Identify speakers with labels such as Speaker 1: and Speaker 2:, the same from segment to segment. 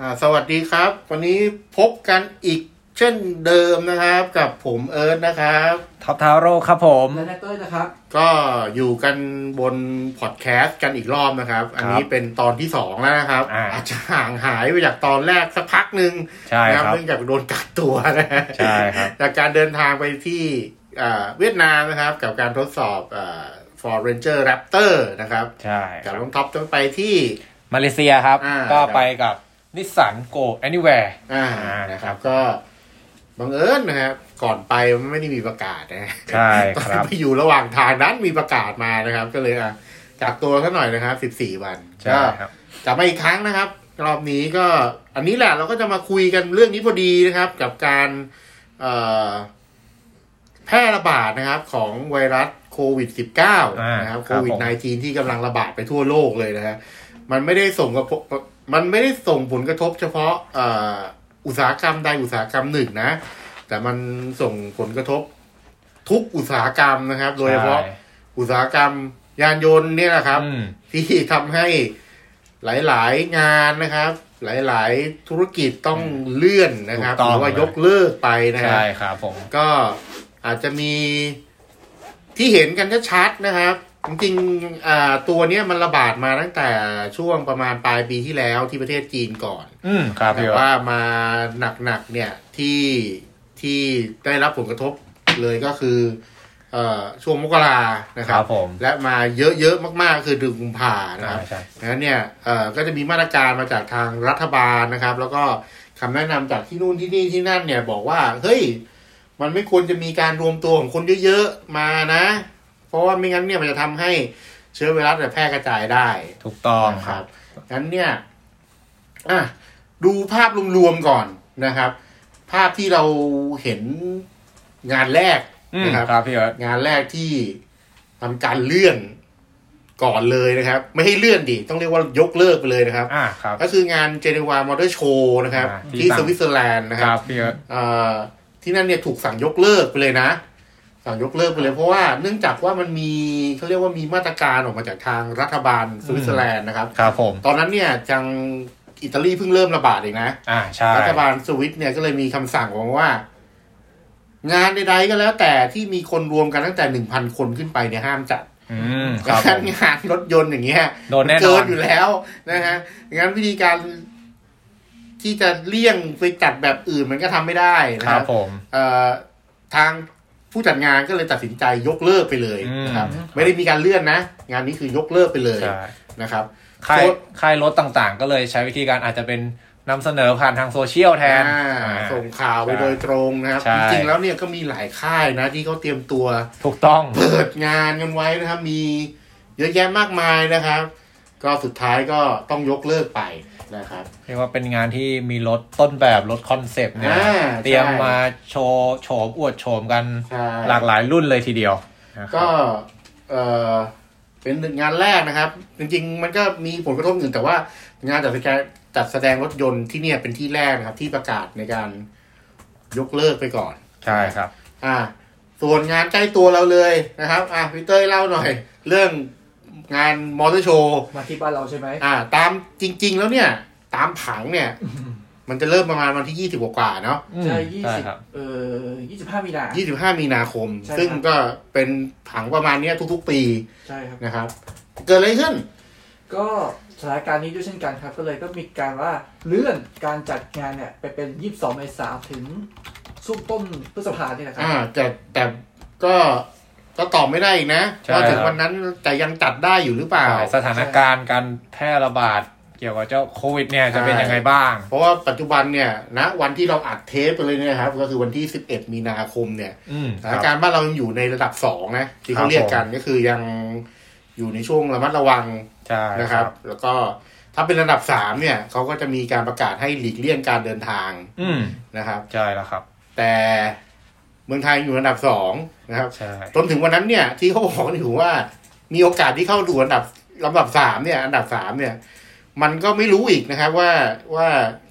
Speaker 1: อ่าสวัสดีครับ วันนี้พบกันอีกเช่นเดิมนะครับ กับผมเอิร์ธนะครับ
Speaker 2: ท็อปทาโร่ครับผม
Speaker 3: และแนตเต้ยนะครับ
Speaker 1: ก็อยู่กันบนพอดแคสต์กันอีกรอบนะครับ อันนี้เป็นตอนที่สองแล้วนะครับ
Speaker 2: อ่า
Speaker 1: จจะห่างหายไปจากตอนแรกสักพักหนึ่ง
Speaker 2: ใช่
Speaker 1: นะ
Speaker 2: ครับ
Speaker 1: เนื่องจากโดนกักตัวนะฮะ
Speaker 2: ใช่ครับ
Speaker 1: จากการเดินทางไปที่อ่าเวียดนามนะครับ กับการทดสอบอ่า Ford Ranger Raptor นะครับ
Speaker 2: ใช่ค
Speaker 1: กับ
Speaker 2: รับ
Speaker 1: น้องท็อปจะไปที่
Speaker 2: มาเลเซียครับ
Speaker 1: อ่า
Speaker 2: ก็ไปกับนิสสันโก anywhere
Speaker 1: อ่า
Speaker 2: อ่านะ
Speaker 1: นะค
Speaker 2: ครั
Speaker 1: รับ
Speaker 2: บ
Speaker 1: ก็บังเอิญนะครับก่อนไปมันไม่ได้มีประกาศนะ
Speaker 2: ใช่
Speaker 1: ตอน
Speaker 2: ครับ
Speaker 1: ไปอยู่ระหว่างทางนั้นมีประกาศมานะครับ ก็เลยอ่ะกักตัวซะหน่อยนะครับ14วัน
Speaker 2: ใช่
Speaker 1: ก็
Speaker 2: ครับ
Speaker 1: กลับมาอีกครั้งนะครับ รอบนี้ก็อันนี้แหละเราก็จะมาคุยกันเรื่องนี้พอดีนะครับ กับการเอ่อแพร่ระบาดนะครับ ของไวรัสโควิด -19 นะครับ
Speaker 2: ค
Speaker 1: โครับ วิด
Speaker 2: ผม
Speaker 1: -19 ที่กำลังระบาดไปทั่วโลกเลยนะฮะ มันไม่ได้ส่งกระทบมันไม่ได้ส่งผลกระทบเฉพาะเอ่ออุตสาหกรรมใดอุตสาหกรรมหนึ่งนะ แต่มันส่งผลกระทบทุกอุตสาหกรรมนะครับ โดยเฉพาะ
Speaker 2: ใช่
Speaker 1: อุตสาหกรรมยานยนต์เนี่ยแหละครับ
Speaker 2: อืม
Speaker 1: ที่ทำให้หลายๆงานนะครับ หลายๆธุรกิจต้องเลื่อนนะครับ
Speaker 2: ถูก
Speaker 1: ห
Speaker 2: ต้อง
Speaker 1: รือว่ายกเลิกไปนะครับ
Speaker 2: ใช่ครับผม
Speaker 1: ก็อาจจะมีที่เห็นกันชัดๆนะครับ จริงๆอ่าตัวเนี้ยมันระบาดมาตั้งแต่ช่วงประมาณปลายปีที่แล้วที่ประเทศจีนก่อน
Speaker 2: อืมครับ
Speaker 1: แต่
Speaker 2: พี่ว่า
Speaker 1: ว่ามาหนักๆเนี่ยที่ที่ได้รับผลกระทบเลยก็คือเอ่อช่วงมกรานะค
Speaker 2: ค
Speaker 1: รั
Speaker 2: รับ บผม
Speaker 1: และมาเยอะๆมากๆ คือเดือนกุมภานะค
Speaker 2: อ่า
Speaker 1: รับ
Speaker 2: ใช่
Speaker 1: ดังนั้นเนี่ยเอ่อก็จะมีมาตรการมาจากทางรัฐบาลนะครับ แล้วก็คำแนะนำจากที่นู่นที่นี่ที่นั่นเนี่ยบอกว่า เฮ้ย มันไม่ควรจะมีการรวมตัวของคนเยอะๆมานะ เพราะว่าไม่งั้นเนี่ยมันจะทำให้เชื้อไวรัสเนี่ยแพร่กระจายได้
Speaker 2: ถูกต้อง
Speaker 1: นะ
Speaker 2: ค
Speaker 1: ค
Speaker 2: รั
Speaker 1: รับบ งั้นเนี่ยอ่ะดูภาพรวมๆก่อนนะครับ ภาพที่เราเห็นงานแรก
Speaker 2: อืม
Speaker 1: นะครับ
Speaker 2: ครับพี่เอิร์ธ
Speaker 1: งานแรกที่ทำการเลื่อนก่อนเลยนะครับ ไม่ให้เลื่อนดิต้องเรียกว่ายกเลิกไปเลยนะครับ
Speaker 2: อ่าครับ
Speaker 1: ก็คืองานเจนีวามอเตอร์โชว์นะครับ
Speaker 2: อ่าที่
Speaker 1: ที่
Speaker 2: ต่าง
Speaker 1: สวิตเซอร์แลนด์นะ
Speaker 2: ค
Speaker 1: ค
Speaker 2: รั
Speaker 1: รั
Speaker 2: บบ พี่เอิร์ธ
Speaker 1: เอ่อที่นั่นเนี่ยถูกสั่งยกเลิกไปเลยนะ สั่งยกเลิกไปเลย เพราะว่าเนื่องจากว่ามันมีเขาเรียกว่ามีมาตรการออกมาจากทางรัฐบาลสวิตเซอร์แลนด์นะครับ
Speaker 2: ครับผม
Speaker 1: ตอนนั้นเนี่ยทางอิตาลีเพิ่งเริ่มระบาดเองนะ
Speaker 2: อ่าใช่
Speaker 1: รัฐบาลสวิตเนี่ยก็เลยมีคำสั่งออกมาว่า งานใดๆก็แล้วแต่ที่มีคนรวมกันตั้งแต่หนึ่งพันคนขึ้นไปเนี่ยห้ามจัด
Speaker 2: อืมครับผ
Speaker 1: งั้น
Speaker 2: ม
Speaker 1: งานรถยนต์อย่างเงี้ย
Speaker 2: โดนแน่น
Speaker 1: เกิ
Speaker 2: อน น
Speaker 1: อยู่แล้วนะฮะงั้นวิธีการที่จะเลี่ยงไปจัดแบบอื่นมันก็ทำไม่ได้นะ
Speaker 2: ค
Speaker 1: ค
Speaker 2: รั
Speaker 1: รั
Speaker 2: บบ ผม
Speaker 1: เอ่อทางผู้จัดงานก็เลยตัดสินใจยกเลิกไปเลย
Speaker 2: อืม
Speaker 1: นะครับ ไม่ได้มีการเลื่อนนะ งานนี้คือยกเลิกไปเลย
Speaker 2: ใช่
Speaker 1: นะครับ
Speaker 2: ค่าย
Speaker 1: โค้ด
Speaker 2: ค่ายรถต่างๆ ก็เลยใช้วิธีการอาจจะเป็นนำเสนอผ่านทางโซเชียลแทน
Speaker 1: อ่า
Speaker 2: อ่า
Speaker 1: ส่งข่าวไปโดยตรงนะครับ
Speaker 2: ใช่
Speaker 1: จริงๆแล้วเนี่ยก็มีหลายค่ายนะ ที่เขาเตรียมตัว
Speaker 2: ถูกต้อง
Speaker 1: เปิดงานกันไว้นะครับ มีเยอะแยะมากมายนะครับ ก็สุดท้ายก็ต้องยกเลิกไปนะครับ
Speaker 2: เรียกว่าเป็นงานที่มีรถต้นแบบรถคอนเซปต์เนี่ย
Speaker 1: อ่า
Speaker 2: เตรียม
Speaker 1: ใช่
Speaker 2: มาโชว์โฉมอวดโฉมกัน
Speaker 1: ใช่
Speaker 2: หลากหลายรุ่นเลยทีเดียวนะครับ
Speaker 1: ก็เออเป็นหนึ่งงานแรกนะครับ จริงๆ มันก็มีผลกระทบอื่นแต่ว่างานจัดแสดงจัดแสดงรถยนต์ที่เนี่ยเป็นที่แรกนะครับ ที่ประกาศในการยกเลิกไปก่อน
Speaker 2: ใช่ครับ
Speaker 1: อ่า ส่วนงานใกล้ตัวเราเลยนะครับ อ่ะพี่เต้ยเล่าหน่อย เรื่องงานมอเตอร์โชว์
Speaker 3: มาที่บ้านเราใช่ไหม
Speaker 1: อ่า ตามจริง ๆ แล้วเนี่ย ตามผังเนี่ย มันจะเริ่มประมาณวันที่ยี่สิบกว่าๆเนาะ
Speaker 2: อืม
Speaker 3: ใช่ยี่
Speaker 2: ใช่
Speaker 3: สิบ
Speaker 2: ครับ
Speaker 3: เอ่อยี่สิบห้ามีนา
Speaker 1: ยี่สิบห้ามีนาคม
Speaker 3: ใช่ครับ
Speaker 1: ซึ่งก็เป็นผังประมาณเนี้ยทุกๆปี
Speaker 3: ใช่ครับ
Speaker 1: นะครับ เกิดอะไรขึ้น
Speaker 3: ก็สถานการณ์นี้ด้วยเช่นกันครับ ก็เลยก็มีการว่าเลื่อนการจัดงานเนี่ยไปเป็นยี่สิบสองเมษาถึงช่วงต้นพฤษภาเนี่ยนะครับ
Speaker 1: อ่า แต่แต่ก็ก็ตอบไม่ได้อีกนะว่าถึงวันนั้นแต่ยังจัดได้อยู่หรือเปล่า
Speaker 2: ใช่สถานการณ์การแพร่ระบาดเกี่ยวกับเจ้าโควิดเนี่ยจะเป็นยังไงบ้าง
Speaker 1: เพราะว่าปัจจุบันเนี่ยนะวันที่เราอัดเทปไปเลยเนี่ยนะครับ ก็คือวันที่สิบเอ็ดมีนาคมเนี่ย
Speaker 2: อืม
Speaker 1: สถาน
Speaker 2: ครับ
Speaker 1: การณ์บ้านเรายังอยู่ในระดับสองนะที่
Speaker 2: ครั
Speaker 1: เขา
Speaker 2: บ
Speaker 1: เรียกกันก็คือยังอยู่ในช่วงระมัดระวัง
Speaker 2: ใช่
Speaker 1: นะครับ แล้วก็ถ้าเป็นระดับสามเนี่ยเขาก็จะมีการประกาศให้หลีกเลี่ยงการเดินทาง
Speaker 2: อืม
Speaker 1: นะครับ
Speaker 2: ใช่แล้วครับ
Speaker 1: แต่เมืองไทยอยู่ระดับสองนะครับ
Speaker 2: ใช่
Speaker 1: จนถึงวันนั้นเนี่ย ที่เขาบอกอยู่ว่า มีโอกาสที่เข้าดูอันดับลำดับสามเนี่ย อันดับสามเนี่ย มันก็ไม่รู้อีกนะครับ ว่าว่า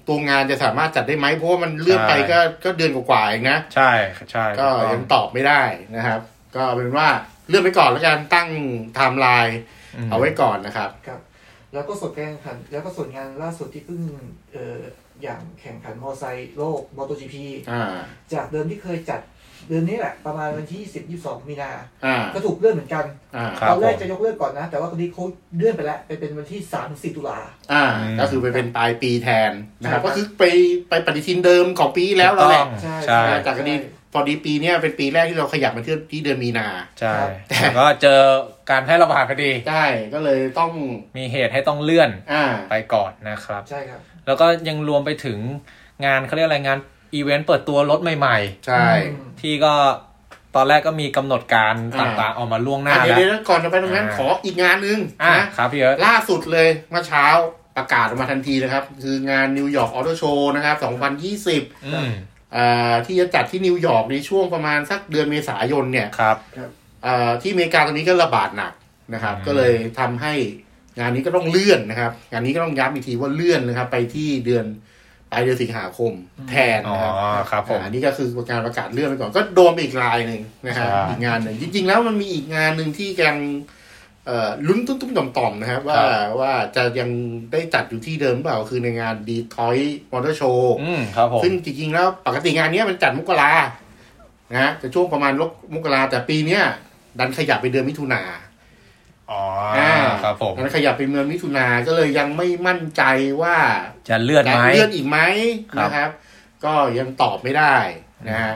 Speaker 1: ตัวงานจะสามารถจัดได้ไหมเพราะว่ามันเลื่อนไปก็ก็เดือนกว่าๆเองนะ
Speaker 2: ใช่ใช่
Speaker 1: ก็
Speaker 2: ถู
Speaker 1: ยัง
Speaker 2: ต้อ
Speaker 1: ตอบไม่ได้นะครับ ก็เอาเป็นว่าเลื่อนไปก่อนแล้วกันตั้งไทม์ไลน์
Speaker 2: ม
Speaker 1: เอาไว้ก่อนนะครับ
Speaker 3: แล้วก็ส่วนการแข่งขัน แล้วก็ส่วนงานล่าสุดที่เพิ่งเอ่ออย่างแข่งขันมอไซค์โลก MotoGP
Speaker 1: อ่า
Speaker 3: จากเดิมที่เคยจัดเดือนนี้แหละ ประมาณวันที่20 22 มีนา
Speaker 1: อ่า
Speaker 3: ก็ถูกเลื่อนเหมือนกัน
Speaker 1: อ่า
Speaker 2: ครับ
Speaker 3: ตอนแรก
Speaker 2: ผม
Speaker 3: จะยกเลิกก่อนนะ แต่ว่าตอนนี้เขาเลื่อนไปแล้ว ไปเป็นวันที่3 4ตุลา
Speaker 1: อ่า
Speaker 2: อืม
Speaker 1: ก็คือไปเป็นปลายปีแทนนะครับ
Speaker 3: ใช่
Speaker 1: ก็คือไปไปปฏิทินเดิมของปีแล้ว
Speaker 2: ถู
Speaker 1: เรา
Speaker 2: ก
Speaker 1: แห
Speaker 2: ต้
Speaker 1: ละ
Speaker 2: อง
Speaker 3: ใช่
Speaker 2: ใช่
Speaker 1: อ่าจากกรณีพอดีปีเนี้ยเป็นปีแรกที่เราขยับมาเที่ยวที่เดือนมีนา
Speaker 2: ใช่
Speaker 3: ครับ
Speaker 2: แต่ก็เจอการแพร่ระบาดพอดี
Speaker 1: ได้ ก็เลยต้อง
Speaker 2: มีเหตุให้ต้องเลื่อน
Speaker 1: อ่า
Speaker 2: ไปก่อนนะครับ
Speaker 3: ใช่ครับ
Speaker 2: แล้วก็ยังรวมไปถึงงานเขาเรียกอะไรงานอีเวนต์เปิดตัวรถใหม่
Speaker 1: ใช่
Speaker 2: ๆ ที่ก็ตอนแรกก็มีกำหนดการต่างๆออกมาล่วงหน้า
Speaker 1: อ่ะเดี๋ย
Speaker 2: แล้ว ว
Speaker 1: เดี๋ยวก่อนจะไปตรงนั้น
Speaker 2: อ่า
Speaker 1: ขออีกงานหนึง
Speaker 2: อ่ะ
Speaker 1: นะ
Speaker 2: ครับพี่เอิร์ธ
Speaker 1: ล่าสุดเลยเมื่อเช้าประกาศออกมาทันทีนะครับ คืองานนิวยอร์กออโตโชว์นะครับ 2020
Speaker 2: อืม
Speaker 1: อ่าที่จะจัดที่นิวยอร์กในช่วงประมาณสักเดือนเมษายนเนี่ย
Speaker 2: ครับ
Speaker 1: อ่าที่อเมริกาตอนนี้ก็ระบาดหนักนะครับ
Speaker 2: อืม
Speaker 1: ก็เลยทำให้งานนี้ก็ต้องเลื่อนนะครับ งานนี้ก็ต้องย้ำอีกทีว่าเลื่อนนะครับ ไปที่เดือนปลายเดือนสิงหาคมแทน
Speaker 2: อ๋อ
Speaker 1: นะครับ
Speaker 2: ครับผม
Speaker 1: อ่าอันนี้ก็คือการประกาศเลื่อนไปก่อนก็โดนไปอีกรายหนึ่งนะครับ
Speaker 2: ใช่
Speaker 1: อีกงานหนึ่งจริง ๆ แล้วมันมีอีกงานหนึ่งที่ยัง เอ่อลุ้นตุ้มตุ้มต่อมต่อมๆนะครับ ว่าว่าจะยังได้จัดอยู่ที่เดิมหรือเปล่าคือในงานดีทอยมอเตอร์โชว์
Speaker 2: อืมครับผม
Speaker 1: ซึ่งจริงๆแล้วปกติงานเนี้ยมันจัดมกรานะจะช่วงประมาณลกมกราแต่ปีเนี้ยดันขยับไปเดือนมิถุนา
Speaker 2: อ๋อ
Speaker 1: อ่า
Speaker 2: ครับผม
Speaker 1: ดันขยับไปเดือนมิถุนาก็เลยยังไม่มั่นใจว่า
Speaker 2: จะเลื่อน
Speaker 1: จะ
Speaker 2: ไหม
Speaker 1: เลื่อนอีกไหม
Speaker 2: ครับ
Speaker 1: นะครับ ก็ยังตอบไม่ได้นะฮะ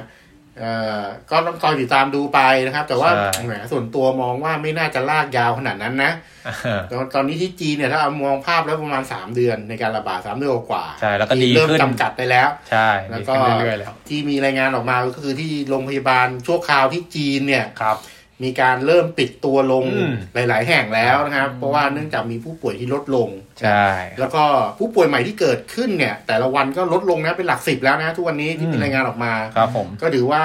Speaker 1: เอ่อก็ต้องคอยติดตามดูไปนะครับ แต่ว่าแหมส่วนตัวมองว่าไม่น่าจะลากยาวขนาดนั้นนะ
Speaker 2: อ่า
Speaker 1: ตอนตอนนี้ที่จีนเนี่ยถ้าเอามองภาพแล้วประมาณ 3 เดือนในการระบาด3เดือนกว่า
Speaker 2: ใช่แล้วก็ดี
Speaker 1: เริ่ม
Speaker 2: ขึ้น
Speaker 1: จำกัดไปแล้ว
Speaker 2: ใช่
Speaker 1: แล้ว
Speaker 2: ดี
Speaker 1: ก็
Speaker 2: ขึ้นเรื่อยๆแล้ว
Speaker 1: ที่มีรายงานออกมาก็คือที่โรงพยาบาลชั่วคราวที่จีนเนี่ย
Speaker 2: ครับ
Speaker 1: มีการเริ่มปิดตัวลง
Speaker 2: อืม
Speaker 1: หลาย ๆ แห่งแล้วนะครับ
Speaker 3: อืม
Speaker 1: เพราะว่าเนื่องจากมีผู้ป่วยที่ลดลง
Speaker 2: ใช่
Speaker 1: แล้วก็ผู้ป่วยใหม่ที่เกิดขึ้นเนี่ย แต่ละวันก็ลดลงนะเป็นหลักสิบแล้วนะทุกวันนี้ที่มีรายงานออกมา
Speaker 2: ครับผม
Speaker 1: ก็ถือว่า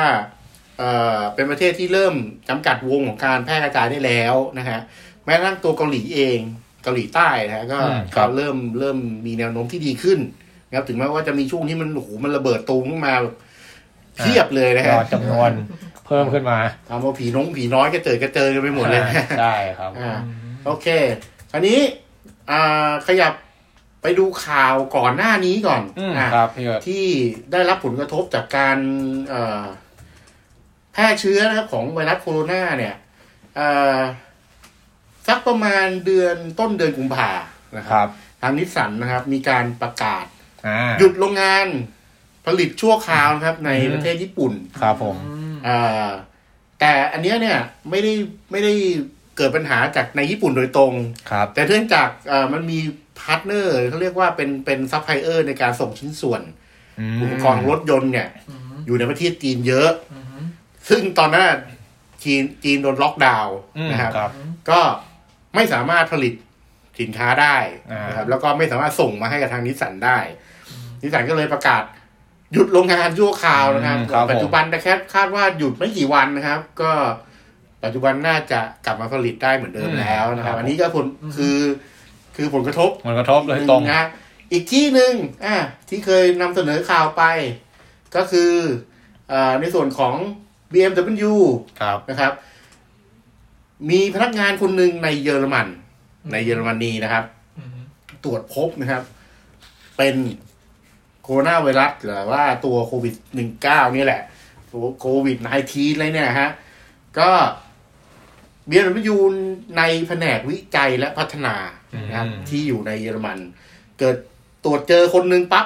Speaker 1: เอ่อเป็นประเทศที่เริ่มจำกัดวงของการแพร่กระจายได้แล้วนะฮะแม้กระทั่งตัวเกาหลีเองเกาหลีใต้นะฮะก็
Speaker 2: อืมครั
Speaker 1: ก็
Speaker 2: บ
Speaker 1: เริ่มเริ่มมีแนวโน้มที่ดีขึ้นนะครับถึงแม้ว่าจะมีช่วงที่มันโอ้โหมันระเบิดตูมขึ้นมาแบบเทียบเลยนะ
Speaker 2: ย
Speaker 1: ฮะ
Speaker 2: อดจำนวนเพิ่มขึ้นมา
Speaker 1: ทำเอาผีน้องผีน้อยก็เจอก็เจอกันไปหมดเลยนะ
Speaker 2: ใช่ครับ
Speaker 1: อ่าโอเคคราวนี้อ่าขยับไปดูข่าวก่อนหน้านี้ก่อน
Speaker 2: อืม
Speaker 1: อ่า
Speaker 2: ครับพี่เอิร์ธ
Speaker 1: ที่ได้รับผลกระทบจากการเอ่อแพร่เชื้อนะครับของไวรัสโคโรนาเนี่ยเอ่อสักประมาณเดือนต้นเดือนกุมภานะค
Speaker 2: ค
Speaker 1: รั
Speaker 2: รั
Speaker 1: บบ ทางนิสสันนะครับ มีการประกาศ
Speaker 2: อ่า
Speaker 1: หยุดโรงงานผลิตชั่วคราวนะครับ ใน
Speaker 2: อืม
Speaker 1: ประเทศญี่ปุ่น
Speaker 2: ครับผม
Speaker 3: อืม
Speaker 1: เอ่อแต่อันเนี้ยเนี่ยไม่ได้ไม่ได้เกิดปัญหาจากในญี่ปุ่นโดยตรง
Speaker 2: ครับ
Speaker 1: แต่เนื่องจากเอ่อมันมีพาร์ทเนอร์เขาเรียกว่าเป็นเป็นซัพพลายเออร์ในการส่งชิ้นส่วน อุปกรณ์รถยนต์เนี่ย
Speaker 3: อืม
Speaker 1: อยู่ในประเทศจีนเยอะ
Speaker 3: อืม
Speaker 1: ซึ่งตอนนั้นน่ะจีนจีนโดนล็อกดาวน์
Speaker 2: อืม
Speaker 1: นะครับ
Speaker 2: ครับ
Speaker 1: ก็ไม่สามารถผลิตสินค้าได้นะครับ แล้วก็ไม่สามารถส่งมาให้กับทางนิสสันได้ นิสสันก็เลยประกาศ หยุดโรงงานชั่วคราวนะครับ
Speaker 2: อืมครับผม
Speaker 1: ปัจจุบันนะครับคาดว่าหยุดไม่กี่วันนะครับ ก็ปัจจุบันน่าจะกลับมาผลิตได้เหมือนเดิมแล้วนะครับ อันนี้ก็ผลคือคือผลกระทบ
Speaker 2: ผลกระทบโดยตรง
Speaker 1: หนึ่นะอีกที่หนึ่งอ่ะที่เคยนำเสนอข่าวไป ก็คือเอ่อในส่วนของ BMW
Speaker 2: ครับ
Speaker 1: นะครับ มีพนักงานคนหนึ่งในเยอรมัน ในเยอรมนีนะครับ
Speaker 3: อืม
Speaker 1: ตรวจพบนะครับ เป็นโคโรนาไวรัสหรือว่าตัวโควิด 19 นี่แหละโควิด19อะไรเนี่ยฮะ ก็เบียร์มยูในแผนกวิจัยและพัฒนานะครับ
Speaker 2: อืม
Speaker 1: ที่อยู่ในเยอรมัน เกิดตรวจเจอคนหนึ่งปั๊บ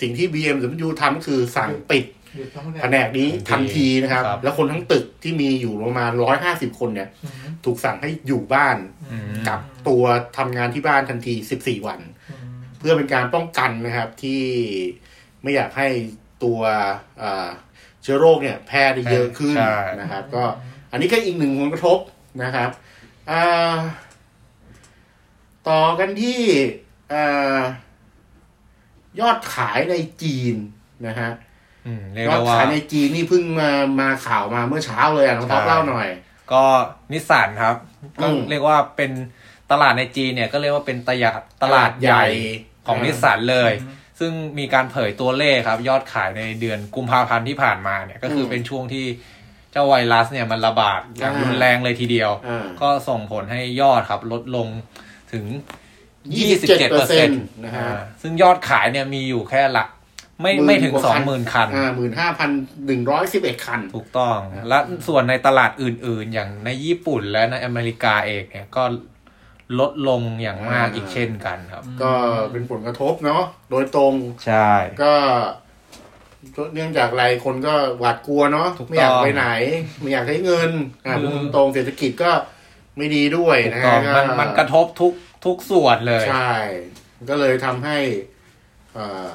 Speaker 1: สิ่งที่ BMW ทำคือสั่งปิด
Speaker 3: หยุดทั้งหมด
Speaker 1: แผนกนี้ทันทีนะครับ
Speaker 2: ครับ
Speaker 1: แล้วคนทั้งตึกที่มีอยู่ประมาณ 150 คนเนี่ย
Speaker 3: อืม
Speaker 1: ถูกสั่งให้อยู่บ้าน
Speaker 2: อืม
Speaker 1: กับตัวทำงานที่บ้านทันที 14 วัน
Speaker 3: อืม
Speaker 1: เพื่อเป็นการป้องกันนะครับที่ไม่อยากให้ตัวเอ่อเชื้อโรคเนี่ย แพร่ได้เยอะขึ้น
Speaker 2: ใช่
Speaker 1: นะครับ ก็อันนี้ก็อีกหนึ่งผลกระทบนะครับอ่าต่อกันที่เอ่อยอดขายในจีนนะฮะ
Speaker 2: อืมเรียก
Speaker 1: ยอ
Speaker 2: ได้
Speaker 1: ด
Speaker 2: ว่า
Speaker 1: ขายในจีนนี่เพิ่งมามาข่าวมาเมื่อเช้าเลยอ่ะน้องท็อป
Speaker 2: ใช่
Speaker 1: เล่าหน่อย
Speaker 2: ก็นิสสันครับก็
Speaker 1: อืม
Speaker 2: เรียกว่าเป็นตลาดในจีนเนี่ยก็เรียกว่าเป็นตลาดตลาดใหญ่ของนิสสันเลย
Speaker 3: อืม
Speaker 2: ซึ่งมีการเผยตัวเลขครับ ยอดขายในเดือนกุมภาพันธ์ที่ผ่านมาเนี่ยก็คืออ
Speaker 1: ม
Speaker 2: เป็นช่วงที่เจ้าไวรัสเนี่ยมันระบาดอย่าง
Speaker 1: อ่า
Speaker 2: รุนแรงเลยทีเดียว
Speaker 1: อ่า
Speaker 2: ก็ส่งผลให้ยอดครับลดลงถึง
Speaker 1: ยี่สิบเจ็ดเปอร์เซ็นต์นะฮะ
Speaker 2: ซึ่งยอดขายเนี่ยมีอยู่แค่หลัก ไม่
Speaker 1: หมื่น
Speaker 2: ไม่ถึง
Speaker 1: กว่า
Speaker 2: สอ
Speaker 1: คั
Speaker 2: ง
Speaker 1: น
Speaker 2: หมื่นคัน
Speaker 1: อ่าหมื่นห้าพันหนึ่งร้อยสิบเอ็ดคัน
Speaker 2: ถูกต้อง
Speaker 1: ครับ
Speaker 2: และส่วนในตลาดอื่นๆ อย่างในญี่ปุ่นและในอเมริกาเองเนี่ยก็ลดลงอย่างมากอีกเช่นกันครับ
Speaker 1: ก็เป็นผลกระทบเนาะโดยตรง
Speaker 2: ใช่
Speaker 1: ก็เนื่องจากอะไรคนก็หวาดกลัวเนาะ
Speaker 2: ถูกต้อง
Speaker 1: ไม่อยากไปไหน ไม่อยากใช้เงินอ่า
Speaker 2: อืม
Speaker 1: ตรงๆเศรษฐกิจก็ไม่ดีด้วย
Speaker 2: ถูก
Speaker 1: นะ
Speaker 2: ต้อ
Speaker 1: ฮะ
Speaker 2: งมันมันกระทบทุกทุกส่วนเลย
Speaker 1: ใช่ก็เลยทำให้เอ่อ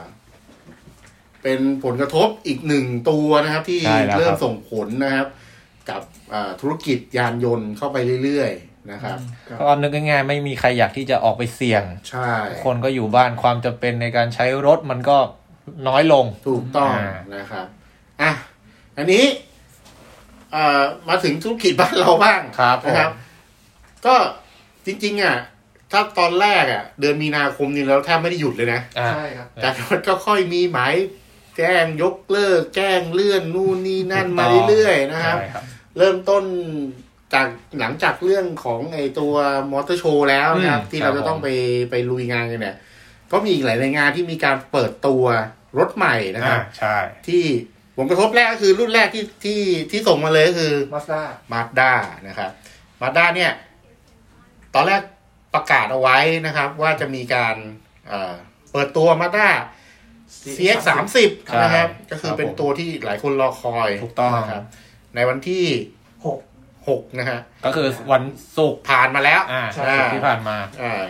Speaker 1: เป็นผลกระทบอีกหนึ่งตัวนะครับ ที่
Speaker 2: ใช่แล้วครับ
Speaker 1: เริ่มส่งผลนะครับ กับเอ่อธุรกิจยานยนต์เข้าไปเรื่อยๆนะครับ
Speaker 2: ก็นึกง่ายๆไม่มีใครอยากที่จะออกไปเสี่ยง
Speaker 1: ใช่
Speaker 2: คนก็อยู่บ้านความจำเป็นในการใช้รถมันก็น้อยลง
Speaker 1: ถูกต้อง
Speaker 2: อ่า
Speaker 1: นะครับอ่ะอันนี้เอ่อมาถึงธุรกิจบ้านเราบ้าง
Speaker 2: ครับผม
Speaker 1: นะครับ ก็จริง ๆ อ่ะ ถ้าตอนแรกอ่ะ เดือนมีนาคมนี่เราแทบไม่ได้หยุดเลยนะ
Speaker 2: อ่ะ
Speaker 3: ใช่ครับ
Speaker 1: แต่มันก็ค่อยมีหมายแจ้งยกเลิกแจ้งเลื่อนนู่นนี่นั่นมาเรื่อยๆนะครับ
Speaker 2: ใช่ครับ
Speaker 1: เริ่มต้นจากหลังจากเรื่องของไอตัวมอเตอร์โชว์แล้วนะครับ
Speaker 2: อืม
Speaker 1: ที่เรา
Speaker 2: ครับ
Speaker 1: จะต้อง
Speaker 2: ผม
Speaker 1: ไปไปลุยงานกันเนี่ยก็มีอีกหลายหน่วยงานที่มีการเปิดตัวรถใหม่นะค
Speaker 2: อ่ะ
Speaker 1: รับ
Speaker 2: ใช่
Speaker 1: ที่ผมกระทบแรกก็คือรุ่นแรกที่ที่ที่ส่งมาเลยก็คือ
Speaker 3: มาสด้า
Speaker 1: Mazda นะครับ Mazda เนี่ย ตอนแรกประกาศเอาไว้นะครับ ว่าจะมีการเอ่อเปิดตัว Mazda CX 3
Speaker 2: ครับ
Speaker 1: 0นะครับ ก็คือ
Speaker 2: ครับ
Speaker 1: เป็น
Speaker 2: ผม
Speaker 1: ตัวที่หลายคนรอคอย
Speaker 2: ถูกต้อง
Speaker 1: นะครับ ในวันที่
Speaker 3: หก
Speaker 1: หกนะฮะ
Speaker 2: ก็คือวันศุกร์
Speaker 1: ผ่านมาแล้ว
Speaker 2: อ่ะ
Speaker 3: ใช่
Speaker 2: ศุกร์ที่ผ่านมา
Speaker 1: อ่า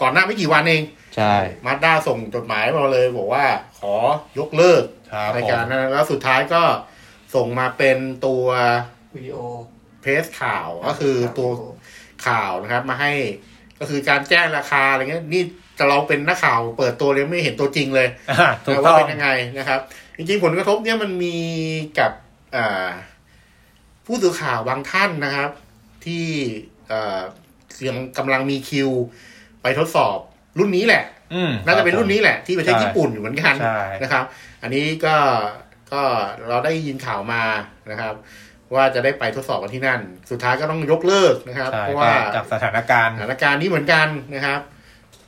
Speaker 1: ก่อนหน้าไม่กี่วันเอง
Speaker 2: ใช่
Speaker 1: มาด้าส่งจดหมายมาเลยบอกว่าขอยกเลิก
Speaker 2: ครับ
Speaker 1: ราย
Speaker 2: ผม
Speaker 1: การนั้นแล้วสุดท้ายก็ส่งมาเป็นตัว
Speaker 3: วิดีโอ
Speaker 1: เพรสข่าวก็คือตัวข่าวนะครับ มาให้ก็คือการแจ้งราคาอะไรเงี้ยนี่แต่เราเป็นนักข่าวเปิดตัวเลยไม่เห็นตัวจริงเลย
Speaker 2: อ่ะถูก
Speaker 1: นะ
Speaker 2: ต้
Speaker 1: ว่า
Speaker 2: อง
Speaker 1: เป็นยังไงนะครับ จริงๆผลกระทบเนี่ยมันมีกับอ่าผู้สื่อข่าวบางท่านนะครับ ที่เอ่อยังกำลังมีคิว ไปทดสอบรุ่นนี้แหละ
Speaker 2: อืม
Speaker 1: น่าจะเป็นรุ่นนี้แหละที่ประเทศ
Speaker 2: ใช่
Speaker 1: ญี่ปุ่นอยู่เหมือนกัน
Speaker 2: ใช่
Speaker 1: นะครับ อันนี้ก็ก็เราได้ยินข่าวมานะครับ ว่าจะได้ไปทดสอบกันที่นั่น สุดท้ายก็ต้องยกเลิกนะครับ
Speaker 2: ใช่
Speaker 1: เพราะว่า
Speaker 2: จากสถานการ
Speaker 1: ส
Speaker 2: ณ์
Speaker 1: ถานการณ์นี้เหมือนกันนะครับ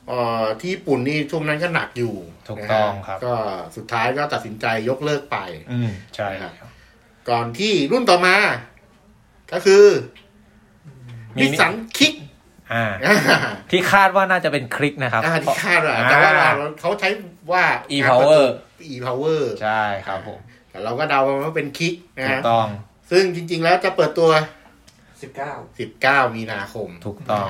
Speaker 1: เอ่อที่ญี่ปุ่นนี่ช่วงนั้นก็หนักอยู่
Speaker 2: ถูกต้อง
Speaker 1: นะฮะ
Speaker 2: ครับ
Speaker 1: ก็สุดท้ายก็ตัดสินใจยกเลิกไป
Speaker 2: อืมใช่
Speaker 1: นะครับ ก่อนที่รุ่นต่อมา ก็คือนิสสันคิก
Speaker 2: อ่า
Speaker 1: อ่า
Speaker 2: ที่คาดว่าน่าจะเป็นคลิกนะครับ
Speaker 1: อ่าที่คาดอะแต่ว่า
Speaker 2: อ่า
Speaker 1: เขาใช้ว่า
Speaker 2: e power
Speaker 1: e power
Speaker 2: ใช่ครับผม
Speaker 1: แต่เราก็เดากันว่าเป็นคิกนะ
Speaker 2: ถู
Speaker 1: ฮะ
Speaker 2: กต้อง
Speaker 1: ซึ่งจริง ๆ แล้วจะเปิดตัว
Speaker 3: สิบเก้า
Speaker 1: 19 มีนาคม
Speaker 2: ถูกต้อง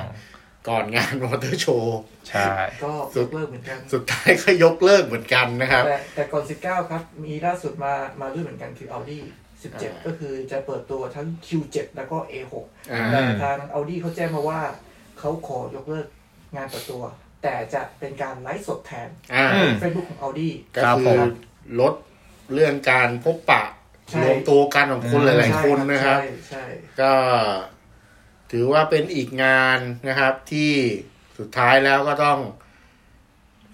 Speaker 1: ก่อนงานมอเตอร์โชว์
Speaker 2: ใช่
Speaker 3: ก็
Speaker 1: สุ
Speaker 3: ย
Speaker 1: ด
Speaker 3: กเลิกเหมือนกัน
Speaker 1: สุดท้ายก็ยกเลิกเหมือนกันนะครับ
Speaker 3: แต่แต่ก่อน 19 ครับ มีล่าสุดมามาด้วยเหมือนกันคือ Audi
Speaker 1: อ่า
Speaker 3: 17 ก็คือจะเปิดตัวทั้ง Q7 แล้วก็ A6
Speaker 1: อ่า
Speaker 3: แต่ทาง Audi เขาแจ้งมาว่า เขาขอยกเลิกงานเปิดตัว แต่จะเป็นการไลฟ์สดแทน
Speaker 1: อ่า
Speaker 2: อืม
Speaker 3: Facebook ของ Audi
Speaker 1: ก็
Speaker 2: ครับ
Speaker 1: คื
Speaker 2: ผ
Speaker 1: อ
Speaker 2: ม
Speaker 1: ลดเรื่องการพบปะ
Speaker 3: ใช่
Speaker 1: รวมตัวกันของคนหลาย ๆ คนนะครับ
Speaker 3: ใช่ใช่
Speaker 1: ก็ถือว่าเป็นอีกงานนะครับ ที่สุดท้ายแล้วก็ต้อง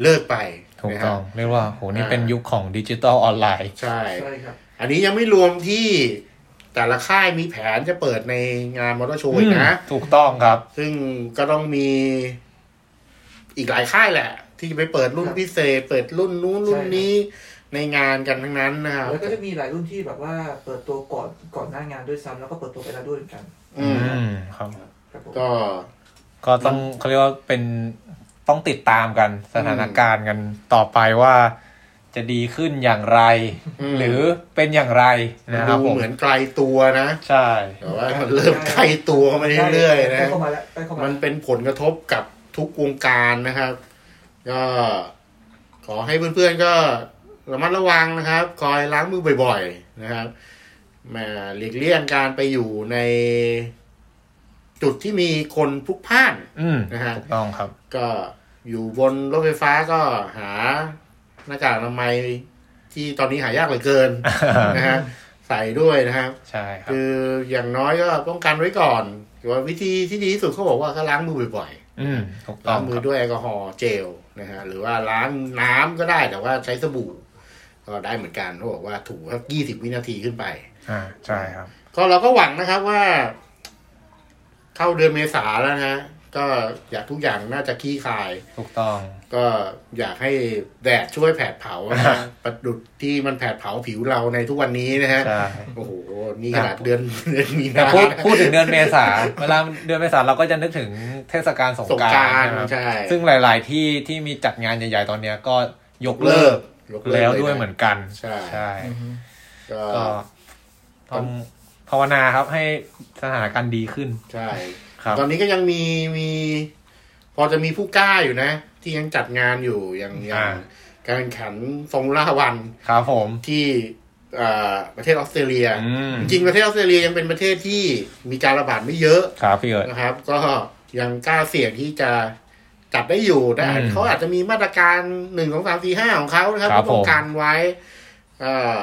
Speaker 1: เลิกไป
Speaker 2: ถูก
Speaker 1: นะค
Speaker 2: ต้
Speaker 1: รั
Speaker 2: อบ ง เรียกว่าโหนี่
Speaker 1: อ่า
Speaker 2: เป็นยุคของดิจิตอลออนไลน์
Speaker 1: ใช่
Speaker 3: ใช่ครับ
Speaker 1: อันนี้ยังไม่รวมที่แต่ละค่ายมีแผนจะเปิดในงานมอเตอร์โชว์อีกนะ
Speaker 2: อืมถูกต้องครับ
Speaker 1: ซึ่งก็ต้องมีอีกหลายค่ายแหละ ที่จะไปเปิดรุ่น
Speaker 3: ครับ
Speaker 1: พิเศษ เปิดรุ่นนู้นรุ่น
Speaker 3: ใช่ครับ
Speaker 1: นี้ในงานกันทั้งนั้นนะครับ
Speaker 3: แล้วก็จะมีหลายรุ่นที่แบบว่าเปิดตัวก่อนก่อนหน้างานด้วยซ้ำแล้วก็เปิดตัวไปแล้วด้วยเหมือนกัน
Speaker 1: อืม
Speaker 2: อืมครับ
Speaker 3: ครับผม
Speaker 1: ก็
Speaker 2: ก็ต้องเขาเรียกว่าเป็นต้องติดตามกันสถานการณ์กันต่อไปว่า จะดีขึ้นอย่างไร
Speaker 1: ม
Speaker 2: หรือเป็นอย่างไร
Speaker 1: มัน
Speaker 2: นะครับ
Speaker 1: ดู
Speaker 2: ผม
Speaker 1: เหมือนไกลตัวนะ
Speaker 2: ใช่
Speaker 1: แต่ว่ามันเริ่มไกลตัวมาเรื่อยๆ
Speaker 3: ได้
Speaker 1: นะ
Speaker 3: เข้ามาแล้วได้เข้ามา
Speaker 1: มันเป็นผลกระทบกับทุกวงการนะครับ ก็ขอให้เพื่อนๆก็ระมัดระวังนะครับ คอยล้างมือบ่อยๆนะครับแหมาหลีกเลี่ยงการไปอยู่ในจุดที่มีคนพลุกพล่าน
Speaker 2: อืม
Speaker 1: นะฮะ
Speaker 2: ถูกต้องครับ
Speaker 1: ก็อยู่บนรถไฟฟ้าก็หาหน้ากากอนามัยที่ตอนนี้หายากเหลือเกิน นะฮะใส่ด้วยนะครับ
Speaker 2: ใช่ครับ
Speaker 1: คืออย่างน้อยก็ป้องกันไว้ก่อนหรือว่าวิธีที่ดีที่สุดเขาบอกว่าก็ล้างมือบ่อย
Speaker 2: อืมถูก
Speaker 1: ๆ
Speaker 2: ต้อ
Speaker 1: ล้าง งมื
Speaker 2: ค
Speaker 1: อ
Speaker 2: รับ
Speaker 1: ด้วยแอลกอฮอล์เจลนะฮะหรือว่าล้างน้ำก็ได้แต่ว่าใช้สบู่ ก็ได้เหมือนกันเขาบอกว่าถูสักยี่สิบวินาทีขึ้นไป
Speaker 2: อ่าใช่ครับ
Speaker 1: ก็เราก็หวังนะครับว่า เข้าเดือนเมษาแล้วนะฮะ ก็อยากทุกอย่างน่าจะขี้คาย
Speaker 2: ถูกต้อง
Speaker 1: ก็อยากให้แดดช่วยแผดเผานะฮะ ประดุดที่มันแผดเผาผิวเราในทุกวันนี้นะฮะ
Speaker 2: ใช่
Speaker 1: โอ้โห นี่
Speaker 2: ค
Speaker 1: ข
Speaker 2: รับ
Speaker 1: นาดเดือนเดือนมี
Speaker 2: แต่
Speaker 1: นา
Speaker 2: พูดพูดถึงเดือนเมษา เวลาเดือนเมษาเราก็จะนึกถึงเทศกาลสง
Speaker 1: สง
Speaker 2: กราก
Speaker 1: ราร น
Speaker 2: นต์
Speaker 1: ต์
Speaker 2: นะครับ
Speaker 1: ใช่
Speaker 2: ซึ่งหลาย ๆ ที่ที่มีจัดงานใหญ่ๆตอนเนี้ยก็ยกเลิก
Speaker 1: ยก
Speaker 2: แล้วด้วย
Speaker 1: ะ
Speaker 2: เหมือนกัน
Speaker 1: ใช่ ก็
Speaker 2: ก็ต้องภาวนาครับให้สถานการณ์ดีขึ้น
Speaker 1: ใช่
Speaker 2: ครับ
Speaker 1: ตอนนี้ก็ยังมีมี พอจะมีผู้กล้าอยู่นะ ที่ยังจัดงานอยู่อย่างอย่าง
Speaker 2: อ่า
Speaker 1: การแข่งขันฟอร์มูล่าวัน
Speaker 2: ครับผม
Speaker 1: ที่เอ่อประเทศออสเตรเลีย
Speaker 2: อืม
Speaker 1: จริงๆประเทศออสเตรเลียยังเป็นประเทศที่มีการระบาดไม่เยอะ
Speaker 2: ครับพี่เอิร์ด
Speaker 1: นะครับ ก็ยังกล้าเสี่ยงที่จะจัดได้อยู่แต่
Speaker 2: อืม
Speaker 1: เขาอาจจะมีมาตรการหนึ่งของสามสี่ห้าของเขานะครับ
Speaker 2: ครับ
Speaker 1: ที่ป้อง
Speaker 2: ผม
Speaker 1: กันไว้เอ่อ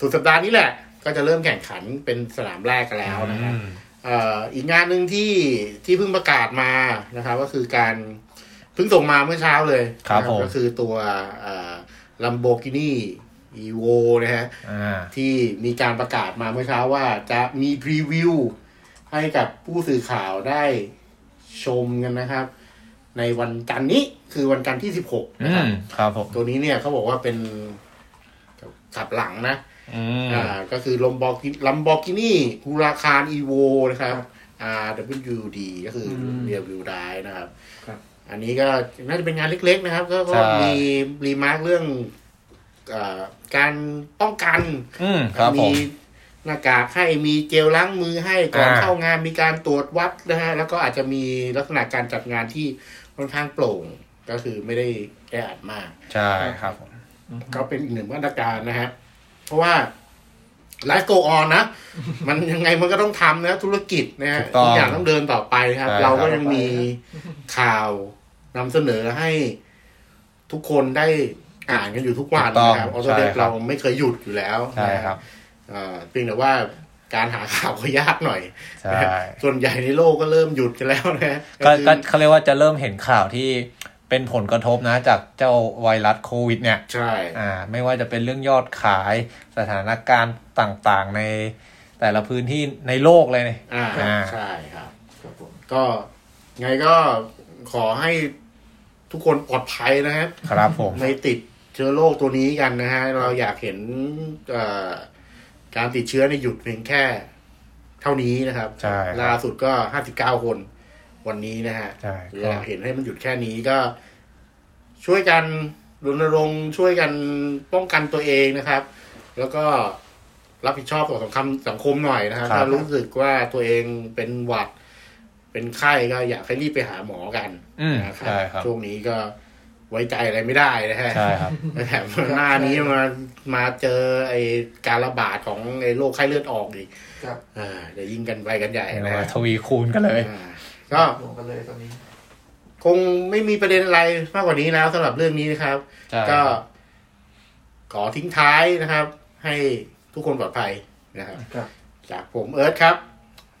Speaker 1: สุดสัปดาห์นี้แหละ ก็จะเริ่มแข่งขันเป็นสนามแรกกันแล้วนะครับ
Speaker 2: อืม
Speaker 1: เอ่ออีกงานหนึ่งที่ที่เพิ่งประกาศมานะครับ ก็คือการเพิ่งส่งมาเมื่อเช้าเลย
Speaker 2: ครับ
Speaker 1: นะ
Speaker 2: ผม
Speaker 1: ก็คือตัวลัมโบกินีอีโวนะฮะ
Speaker 2: อ่า
Speaker 1: ที่มีการประกาศมาเมื่อเช้าว่าจะมีพรีวิวให้กับผู้สื่อข่าวได้ชมกันนะครับ ในวันจันทร์นี้คือวันจันทร์ที่สิบหก
Speaker 2: อื
Speaker 1: นะครับ
Speaker 2: มครับผม
Speaker 1: ตัวนี้เนี่ยเขาบอกว่าเป็นขับหลังนะ
Speaker 2: อืม
Speaker 1: อ่าก็คือลมบอกลัมบอกินี่ฮูราคานอีโวนะครับ RWD ก็คือ
Speaker 3: อืม
Speaker 1: เรียวิวได้นะครับ
Speaker 3: ครับ
Speaker 1: อันนี้ก็น่าจะเป็นงานเล็กๆนะครับ ก็ก็
Speaker 2: ใช่
Speaker 1: มีรีมาร์คเรื่องอาการป้องกัน
Speaker 2: อืมครับผ
Speaker 1: มี
Speaker 2: ม
Speaker 1: หน้ากากให้มีเจลล้างมือให้ก่อน
Speaker 2: อ่า
Speaker 1: เข้างานมีการตรวจวัดนะฮะแล้วก็อาจจะมีลักษณะการจัดงานที่ค่อนข้างโปร่ง ก็คือไม่ได้แออัดมาก
Speaker 2: ใช่ครับผม
Speaker 1: ก็เป็นอีกหนึ่งมาตรการนะฮะ เพราะว่าไลฟ์โกออนนะ มันยังไงมันก็ต้องทำนะ ธุรกิจนะฮะ
Speaker 2: ถูกต้อง
Speaker 1: ทุกอย่างต้องเดินต่อไปครับ
Speaker 2: ใช่
Speaker 1: เราก็
Speaker 2: ครับ
Speaker 1: ยังมีข่าวนำเสนอให้ทุกคนได้อ่านกันอยู่ทุกวันนะครับออโตเดเราไม่เคยหยุดอยู่แล้ว
Speaker 2: ใช่ครับ
Speaker 1: เอ่อเพียงแต่ว่าการหาข่าวก็ยากหน่อย
Speaker 2: ใช่
Speaker 1: ส่วนใหญ่ในโลกก็เริ่มหยุดกันแล้วนะ
Speaker 2: ก็
Speaker 1: คือ
Speaker 2: ก็เขาเรียกว่าจะเริ่มเห็นข่าวที่เป็นผลกระทบนะ จากเจ้าไวรัสโควิดเนี่ย
Speaker 1: ใช่
Speaker 2: อ่า ไม่ว่าจะเป็นเรื่องยอดขายสถานการณ์ต่างๆ ในแต่ละพื้นที่ในโลกเลยเนี่ย
Speaker 1: อ่า
Speaker 2: อ่า
Speaker 1: ใช่ครับ
Speaker 3: ครับผม
Speaker 1: ก็ไงก็ขอให้ทุกคนปลอดภัยนะครับ
Speaker 2: ครับผม
Speaker 1: ไม่ติดเชื้อโรคตัวนี้กันนะฮะ เราอยากเห็นเอ่อการติดเชื้อในยหยุดเพียงแค่ เท่านี้นะครับ
Speaker 2: ใช่ครับ
Speaker 1: ล่าสุดก็ห้าสิบเก้าคนวันนี้นะฮะ
Speaker 2: ใช่ครับ
Speaker 1: อยากเห็นให้มันหยุดแค่นี้ก็ ช่วยกันรณรงค์ช่วยกันป้องกันตัวเองนะครับ แล้วก็รับผิดชอบต่อสังคมสังคมหน่อยนะครับ
Speaker 2: ครับ
Speaker 1: ถ้ารู้สึกว่าตัวเองเป็นหวัด เป็นไข้ก็อยากให้รีบไปหาหมอกัน
Speaker 2: อืม
Speaker 1: นะครั
Speaker 2: ใช่ครับ
Speaker 1: ช่วงนี้ก็ไว้ใจอะไรไม่ได้นะฮะ
Speaker 2: ใช่ครับ
Speaker 1: แถมหน้านี้มามาเจอไอการระบาดของไอโรคไข้เลือดออกอีก
Speaker 3: ครับ
Speaker 1: อ่าเดี๋ยวยิงกันไปกันใหญ่
Speaker 2: เห็น
Speaker 1: นะ
Speaker 2: ว่า
Speaker 1: ฮะ
Speaker 2: ทวีคูณกันเลย
Speaker 1: อ่าก็
Speaker 3: ลงกันเลยตอนนี้
Speaker 1: คงไม่มีประเด็นอะไรมากกว่านี้แล้วสำหรับเรื่องนี้นะครับ
Speaker 2: ใช่
Speaker 1: ก็ขอทิ้งท้ายนะครับ ให้ทุกคนปลอดภัยนะครับ
Speaker 3: ครับ
Speaker 1: จากผมเอิร์ธครับ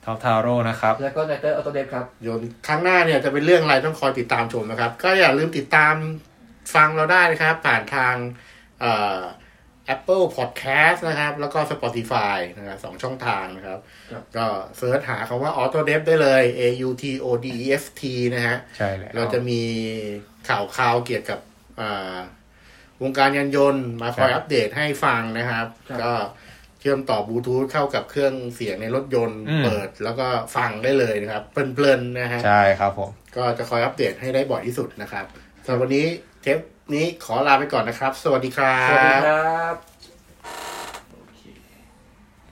Speaker 2: ท็อปทาโร่นะครับ
Speaker 3: แล้วก็ไนเตอร์ออโตเดฟครับ
Speaker 1: โยนครั้งหน้าเนี่ยจะเป็นเรื่องอะไรต้องคอยติดตามชมนะครับ ก็อย่าลืมติดตามฟังเราได้นะครับ ผ่านทางเอ่อ Apple Podcast นะครับ แล้วก็ Spotify นะครับสองช่องทางนะครับ
Speaker 3: ครับ
Speaker 1: ก็เสิร์ชหาคำว่า Auto d e p ได้เลย A U T O D E F T นะฮะ
Speaker 2: ใช่แล้ว
Speaker 1: เราจะมีข่าวคราวเกี่ยวกับอ่าวงการยานยนต์มาคอย
Speaker 2: ครับ
Speaker 1: อัปเดตให้ฟังนะครับ
Speaker 3: ครับ
Speaker 1: ก็เชื่อมต่อบลูทูธเข้ากับเครื่องเสียงในรถยนต์เปิด แล้วก็ฟังได้เลยนะครับ เพลินๆนะฮะ
Speaker 2: ใช่ครับผม
Speaker 1: ก็จะคอยอัปเดตให้ได้บ่อยที่สุดนะครับสำหรับวันนี้เทปนี้ขอลาไปก่อนนะครับ สวัสดีครั
Speaker 3: สวัสดี
Speaker 1: บ
Speaker 3: ครับ